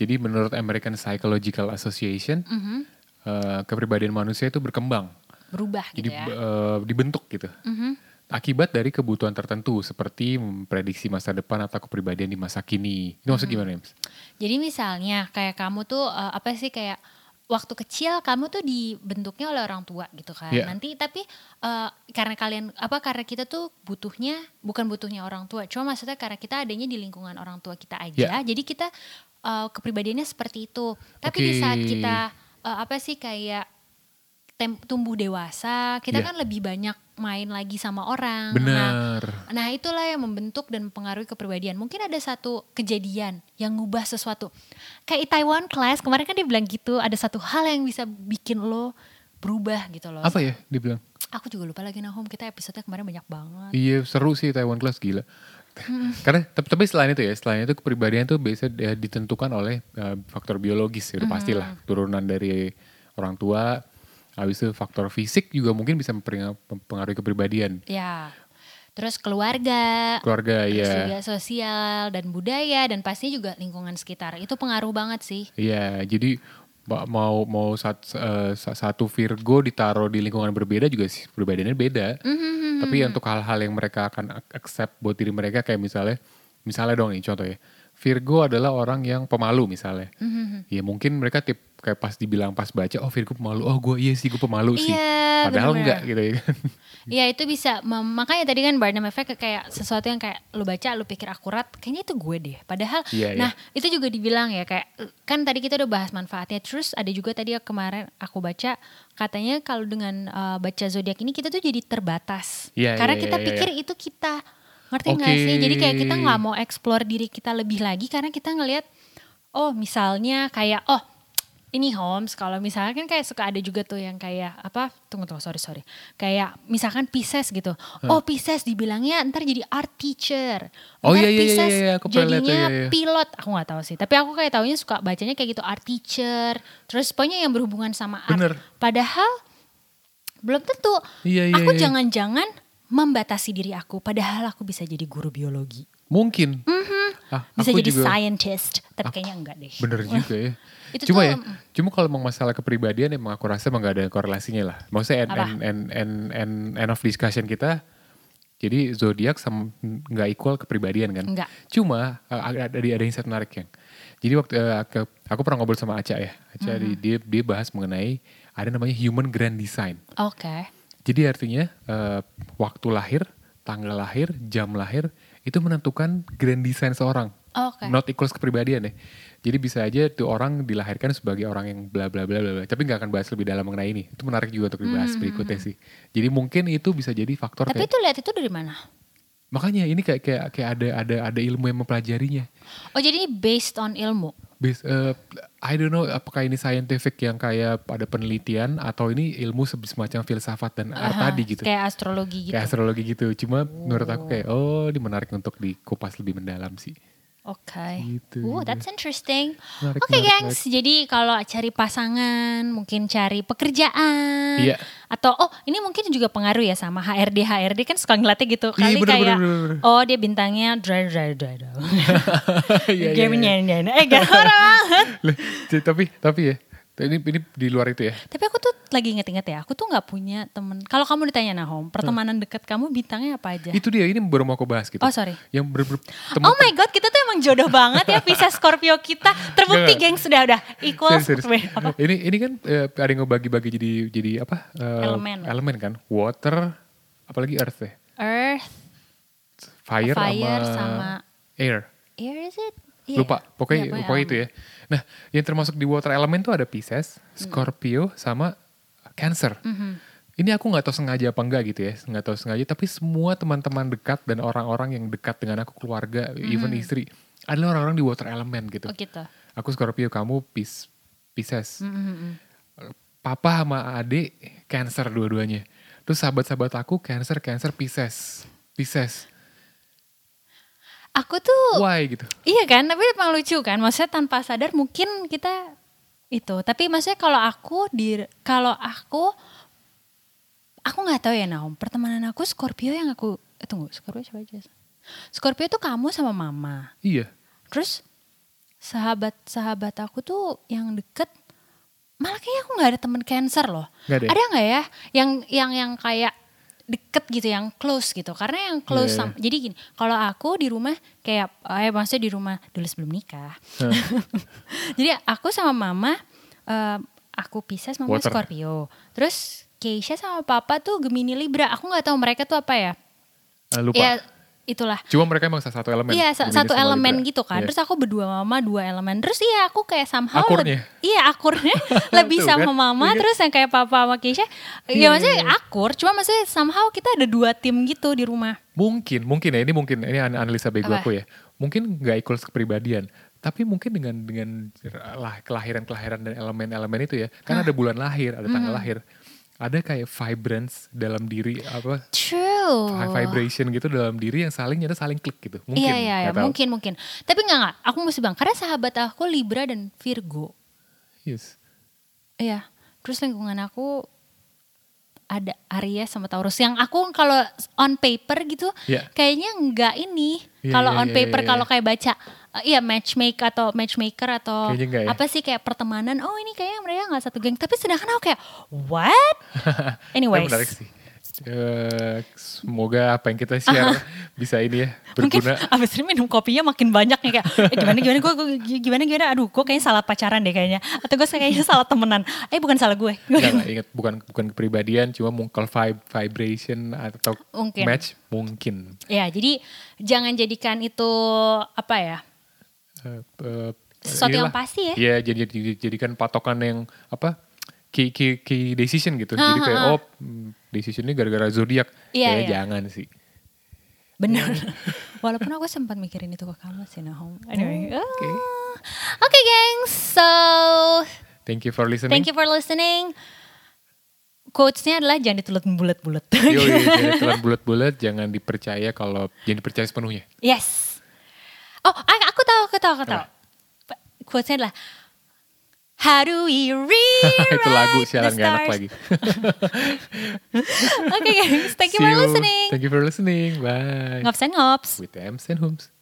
[SPEAKER 2] Jadi menurut American Psychological Association
[SPEAKER 1] Mm-hmm. Mhm.
[SPEAKER 2] eh, kepribadian manusia itu berkembang.
[SPEAKER 1] Berubah
[SPEAKER 2] Jadi
[SPEAKER 1] gitu ya. Mhm.
[SPEAKER 2] eh, dibentuk gitu. Akibat dari kebutuhan tertentu seperti memprediksi masa depan atau kepribadian di masa kini. Itu maksud gimana, Ems?
[SPEAKER 1] Jadi misalnya kayak kamu tuh eh, apa sih kayak waktu kecil kamu tuh dibentuknya oleh orang tua gitu kan.
[SPEAKER 2] Iya.
[SPEAKER 1] Nanti tapi eh, karena kalian apa karena kita tuh butuhnya bukan butuhnya orang tua. Cuma maksudnya karena kita adanya di lingkungan orang tua kita
[SPEAKER 2] Iya.
[SPEAKER 1] aja. Jadi kita eh, kepribadiannya seperti itu. Tapi di saat
[SPEAKER 2] Oke.
[SPEAKER 1] kita eh, apa sih kayak tem- tumbuh dewasa, kita
[SPEAKER 2] Iya.
[SPEAKER 1] kan lebih banyak main lagi sama orang. Nah,
[SPEAKER 2] Bener.
[SPEAKER 1] Nah itulah yang membentuk dan mempengaruhi kepribadian. Mungkin ada satu kejadian yang ngubah sesuatu. Kayak Taiwan Class kemarin kan dia bilang gitu. Ada satu hal yang bisa bikin lo berubah gitu loh.
[SPEAKER 2] Apa ya dibilang?
[SPEAKER 1] Aku juga lupa lagi Nahum kita episode kemarin banyak banget.
[SPEAKER 2] Iya seru sih Taiwan Class gila. Karena tapi, tapi selain itu ya, selain itu kepribadian itu biasa ya, ditentukan oleh eh, faktor biologis, ya, udah pastilah turunan dari orang tua. Habis itu faktor fisik juga mungkin bisa memperinga- mempengaruhi kepribadian.
[SPEAKER 1] Ya. Terus keluarga.
[SPEAKER 2] Keluarga
[SPEAKER 1] Terus juga
[SPEAKER 2] ya.
[SPEAKER 1] sosial dan budaya dan pastinya juga lingkungan sekitar. Itu pengaruh banget sih.
[SPEAKER 2] Iya, jadi ma- mau mau sat- eh, sa- satu Virgo ditaruh di lingkungan berbeda juga sih perbedaannya beda.
[SPEAKER 1] Mhm, Mm-hmm.
[SPEAKER 2] Tapi ya untuk hal-hal yang mereka akan ac- accept buat diri mereka kayak misalnya misalnya dong nih contoh ya. Virgo adalah orang yang pemalu misalnya.
[SPEAKER 1] Mm-hmm.
[SPEAKER 2] Ya mungkin mereka tip kayak pas dibilang pas baca oh Virgo pemalu. Oh gue iya sih gue pemalu sih.
[SPEAKER 1] Iya, bener-bener.
[SPEAKER 2] Padahal enggak gitu ya kan.
[SPEAKER 1] Ya itu bisa, mem- makanya tadi kan Barnum Effect kayak sesuatu yang kayak lu baca, lu pikir akurat, kayaknya itu gue deh. Padahal,
[SPEAKER 2] Iya, iya.
[SPEAKER 1] nah itu juga dibilang ya kayak, kan tadi kita udah bahas manfaatnya, terus ada juga tadi yang kemarin aku baca, katanya kalau dengan eh, baca zodiak ini kita tuh jadi terbatas.
[SPEAKER 2] Iya,
[SPEAKER 1] Karena
[SPEAKER 2] iya,
[SPEAKER 1] kita
[SPEAKER 2] iya, iya.
[SPEAKER 1] pikir itu kita, ngerti nggak
[SPEAKER 2] Oke.
[SPEAKER 1] sih? Jadi kayak kita nggak mau explore diri kita lebih lagi karena kita ngelihat, oh misalnya kayak, oh ini Holmes kalau misalnya kan kayak suka ada juga tuh yang kayak apa tunggu tunggu sorry sorry kayak misalkan Pisces gitu oh Pisces dibilangnya ntar jadi art teacher
[SPEAKER 2] Oh,
[SPEAKER 1] Ntar
[SPEAKER 2] iya, iya, iya,
[SPEAKER 1] Pisces
[SPEAKER 2] iya, aku pernah lihat tuh,
[SPEAKER 1] jadinya
[SPEAKER 2] iya, iya.
[SPEAKER 1] pilot aku nggak tahu sih tapi aku kayak taunya suka bacanya kayak gitu art teacher terus pokoknya yang berhubungan sama art
[SPEAKER 2] Bener.
[SPEAKER 1] padahal belum tentu
[SPEAKER 2] Iya, iya,
[SPEAKER 1] aku
[SPEAKER 2] iya.
[SPEAKER 1] jangan-jangan membatasi diri aku padahal aku bisa jadi guru biologi
[SPEAKER 2] Mungkin. Ah,
[SPEAKER 1] Mm-hmm. bisa
[SPEAKER 2] aku
[SPEAKER 1] jadi
[SPEAKER 2] juga- Ah,
[SPEAKER 1] scientist tapi kayaknya enggak deh
[SPEAKER 2] Bener juga ya.
[SPEAKER 1] Itu
[SPEAKER 2] cuma
[SPEAKER 1] tuh,
[SPEAKER 2] ya, cuma kalau mau masalah kepribadian emang aku rasa emang gak ada korelasinya lah. Maksudnya end,
[SPEAKER 1] Apa?
[SPEAKER 2] end, end, end, end, end of discussion kita, jadi zodiak sama nggak equal kepribadian kan?
[SPEAKER 1] Nggak.
[SPEAKER 2] Cuma eh, ada ada ada insight menarik yang. Jadi waktu eh, aku, aku pernah ngobrol sama Aca ya. Aca
[SPEAKER 1] Mm-hmm.
[SPEAKER 2] di- dia dia bahas mengenai ada namanya human grand design.
[SPEAKER 1] oke
[SPEAKER 2] Jadi artinya eh, waktu lahir, tanggal lahir, jam lahir itu menentukan grand design seorang.
[SPEAKER 1] Oke.
[SPEAKER 2] Not equals kepribadian ya. Jadi bisa aja tuh orang dilahirkan sebagai orang yang bla bla bla bla, bla. tapi nggak akan bahas lebih dalam mengenai ini. Itu menarik juga untuk dibahas berikutnya sih. Jadi mungkin itu bisa jadi faktor
[SPEAKER 1] Hmm, Tapi
[SPEAKER 2] kayak
[SPEAKER 1] itu lihat itu dari mana?
[SPEAKER 2] makanya ini kayak kayak kayak ada ada ada ilmu yang mempelajarinya.
[SPEAKER 1] Oh jadi ini based on ilmu.
[SPEAKER 2] Bas- eh, I don't know apakah ini scientific yang kayak ada penelitian atau ini ilmu se- semacam filsafat dan art
[SPEAKER 1] Aha,
[SPEAKER 2] tadi gitu.
[SPEAKER 1] Kayak astrologi gitu.
[SPEAKER 2] Kayak astrologi gitu. Cuma menurut aku kayak oh ini menarik untuk dikupas lebih mendalam sih.
[SPEAKER 1] Oke.
[SPEAKER 2] Gitu,
[SPEAKER 1] Ooh,
[SPEAKER 2] gitu.
[SPEAKER 1] that's interesting.
[SPEAKER 2] Menarik,
[SPEAKER 1] Oke,
[SPEAKER 2] menarik,
[SPEAKER 1] gengs. Jadi kalau cari pasangan, mungkin cari pekerjaan
[SPEAKER 2] Iya.
[SPEAKER 1] atau oh, ini mungkin juga pengaruh ya sama HRD HRD kan suka ngelatih gitu.
[SPEAKER 2] Iya,
[SPEAKER 1] Kali
[SPEAKER 2] bener,
[SPEAKER 1] kayak
[SPEAKER 2] bener, bener, bener.
[SPEAKER 1] oh, dia bintangnya dry dry dry. dry.
[SPEAKER 2] Iya, iya,
[SPEAKER 1] Dia
[SPEAKER 2] iya.
[SPEAKER 1] menyanyi. Eh, gak banget.
[SPEAKER 2] Lah, c- tapi tapi ya ini ini di luar itu ya.
[SPEAKER 1] Tapi aku tuh lagi inget-inget ya, aku tuh nggak punya temen. Kalau kamu ditanya Nahom, pertemanan dekat kamu bintangnya apa aja?
[SPEAKER 2] Itu dia ini baru mau aku bahas gitu.
[SPEAKER 1] Ya. Oh, sorry.
[SPEAKER 2] Yang bener-bener temen-
[SPEAKER 1] Oh my god, kita tuh emang jodoh banget ya Pisces Scorpio kita. Terbukti
[SPEAKER 2] Nggak,
[SPEAKER 1] geng sudah udah equal
[SPEAKER 2] Serius, serius.
[SPEAKER 1] apa?
[SPEAKER 2] Ini ini kan eh, ada yang ngebagi-bagi jadi jadi apa? eh,
[SPEAKER 1] Elemen.
[SPEAKER 2] Elemen kan. Water apalagi earth ya.
[SPEAKER 1] Earth,
[SPEAKER 2] Fire,
[SPEAKER 1] Fire
[SPEAKER 2] sama,
[SPEAKER 1] sama-
[SPEAKER 2] air.
[SPEAKER 1] air is it? Iya,
[SPEAKER 2] Lupa,
[SPEAKER 1] ya?
[SPEAKER 2] pokoknya
[SPEAKER 1] Iya,
[SPEAKER 2] pokoknya itu ya. Nah, yang termasuk di water element tuh ada Pisces,
[SPEAKER 1] Hmm.
[SPEAKER 2] Scorpio sama Cancer.
[SPEAKER 1] Mm-hmm.
[SPEAKER 2] Ini aku nggak tahu sengaja apa enggak gitu ya, nggak tahu sengaja. Tapi semua teman-teman dekat dan orang-orang yang dekat dengan aku keluarga,
[SPEAKER 1] Mm-hmm.
[SPEAKER 2] even istri, adalah orang-orang di water element gitu.
[SPEAKER 1] Oh gitu. Mm,
[SPEAKER 2] Aku Scorpio, kamu Pis-
[SPEAKER 1] Hmm.
[SPEAKER 2] Pisces. Papa sama adik Cancer dua-duanya. Terus sahabat-sahabat aku Cancer, Cancer, Pisces, Pisces.
[SPEAKER 1] Aku tuh
[SPEAKER 2] Why gitu?
[SPEAKER 1] iya kan, tapi emang lucu kan. Maksudnya tanpa sadar mungkin kita itu. Tapi maksudnya kalau aku di kalau aku aku nggak tahu ya Naom. Pertemanan aku Scorpio yang aku eh, tunggu Scorpio siapa aja? Scorpio tuh kamu sama Mama.
[SPEAKER 2] Iya.
[SPEAKER 1] Terus sahabat-sahabat aku tuh yang deket malah kayaknya aku nggak ada temen cancer loh.
[SPEAKER 2] Nggak ada ya?
[SPEAKER 1] Ada nggak ya yang yang yang kayak deket gitu, yang close gitu. Karena yang close
[SPEAKER 2] Iya, iya.
[SPEAKER 1] sama- jadi gini, kalau aku di rumah kayak eh maksudnya di rumah dulu sebelum nikah. jadi aku sama mama eh, aku Pisces, mama
[SPEAKER 2] Water.
[SPEAKER 1] Scorpio. Terus Keisha sama papa tuh Gemini Libra. Aku nggak tahu mereka tuh apa ya.
[SPEAKER 2] Eh, lupa.
[SPEAKER 1] Ya itulah.
[SPEAKER 2] Cuma mereka emang salah satu elemen.
[SPEAKER 1] Iya, sa-
[SPEAKER 2] Gemini
[SPEAKER 1] satu
[SPEAKER 2] sama
[SPEAKER 1] elemen
[SPEAKER 2] Libra.
[SPEAKER 1] gitu kan.
[SPEAKER 2] Iya.
[SPEAKER 1] Terus aku berdua mama, dua elemen. Terus iya aku kayak somehow le-
[SPEAKER 2] Akurnya.
[SPEAKER 1] iya akurnya lebih
[SPEAKER 2] Tuh
[SPEAKER 1] sama
[SPEAKER 2] kan,
[SPEAKER 1] mama.
[SPEAKER 2] iya Hmm. kan?
[SPEAKER 1] Terus yang kayak papa sama Keisha, ya maksudnya akur. Cuma maksudnya somehow kita ada dua tim gitu di rumah.
[SPEAKER 2] Mungkin, mungkin ya ini mungkin ini an- analisa bego
[SPEAKER 1] Apa?
[SPEAKER 2] aku ya. Mungkin nggak equal kepribadian, tapi mungkin dengan dengan lah kelahiran-kelahiran dan elemen-elemen itu ya.
[SPEAKER 1] Ah.
[SPEAKER 2] Kan ada bulan lahir, ada tanggal
[SPEAKER 1] Hmm.
[SPEAKER 2] lahir. Ada kayak vibrance dalam diri apa
[SPEAKER 1] True.
[SPEAKER 2] high vibration gitu dalam diri yang saling nyata saling klik gitu.
[SPEAKER 1] Oh.
[SPEAKER 2] Mungkin.
[SPEAKER 1] iya, iya, iya.
[SPEAKER 2] nggak tahu.
[SPEAKER 1] mungkin, mungkin. Tapi enggak, enggak. Aku mesti bilang, karena sahabat aku Libra dan Virgo.
[SPEAKER 2] Yes.
[SPEAKER 1] Iya. Terus lingkungan aku ada Aries sama Taurus yang aku kalau on paper gitu
[SPEAKER 2] Iya.
[SPEAKER 1] kayaknya enggak ini.
[SPEAKER 2] Iya,
[SPEAKER 1] kalau
[SPEAKER 2] iya,
[SPEAKER 1] on
[SPEAKER 2] iya,
[SPEAKER 1] paper
[SPEAKER 2] iya,
[SPEAKER 1] kalau kayak baca eh, iya matchmaker atau matchmaker atau
[SPEAKER 2] Kayaknya enggak ya.
[SPEAKER 1] apa sih kayak pertemanan. Oh, ini kayaknya mereka enggak satu geng. Tapi sedangkan aku kayak what?
[SPEAKER 2] Tapi
[SPEAKER 1] Anyways.
[SPEAKER 2] menarik sih. Eh, semoga apa yang kita share bisa ini ya
[SPEAKER 1] Mungkin
[SPEAKER 2] berguna.
[SPEAKER 1] abis ini minum kopinya makin banyak nih kayak eh, gimana gimana gue gimana gimana aduh gue kayaknya salah pacaran deh kayaknya atau gue kayaknya salah temenan eh bukan salah gue
[SPEAKER 2] Enggak, enggak, ingat bukan bukan kepribadian cuma mung- kalau vib- vibration atau
[SPEAKER 1] Mungkin.
[SPEAKER 2] match mungkin
[SPEAKER 1] Ya, jadi jangan jadikan itu apa ya?
[SPEAKER 2] Eh, eh,
[SPEAKER 1] Sesuatu yang
[SPEAKER 2] inilah.
[SPEAKER 1] pasti ya.
[SPEAKER 2] Iya, jadi jadi- jadikan patokan yang apa? Key, key, key decision gitu. Jadi
[SPEAKER 1] Ha, ha,
[SPEAKER 2] kayak
[SPEAKER 1] ha.
[SPEAKER 2] oh mm, decision ini gara-gara zodiak.
[SPEAKER 1] Iya,
[SPEAKER 2] ya
[SPEAKER 1] iya.
[SPEAKER 2] jangan sih.
[SPEAKER 1] Bener.
[SPEAKER 2] Iya.
[SPEAKER 1] Walaupun aku sempat mikirin itu ke kamu sih, Nahom. Anyway. ah. Oke,
[SPEAKER 2] Oke.
[SPEAKER 1] gengs. So,
[SPEAKER 2] Thank you for listening.
[SPEAKER 1] thank you for listening. Quotes-nya adalah jangan ditulut bulat-bulat.
[SPEAKER 2] Yoi, jangan telan bulat-bulat, jangan dipercaya kalau jangan dipercaya sepenuhnya.
[SPEAKER 1] yes. Oh, a- aku tahu, aku tahu, aku tahu. Pa- Quotes-nya adalah How do we rewrite
[SPEAKER 2] Itu lagu
[SPEAKER 1] Iya,
[SPEAKER 2] sialan
[SPEAKER 1] the
[SPEAKER 2] gak enak
[SPEAKER 1] stars?
[SPEAKER 2] lagi.
[SPEAKER 1] Oke, guys. Thank you
[SPEAKER 2] See
[SPEAKER 1] for
[SPEAKER 2] you.
[SPEAKER 1] listening.
[SPEAKER 2] Thank you for listening. Bye.
[SPEAKER 1] Ngops and Ngops.
[SPEAKER 2] With Ems and Homes.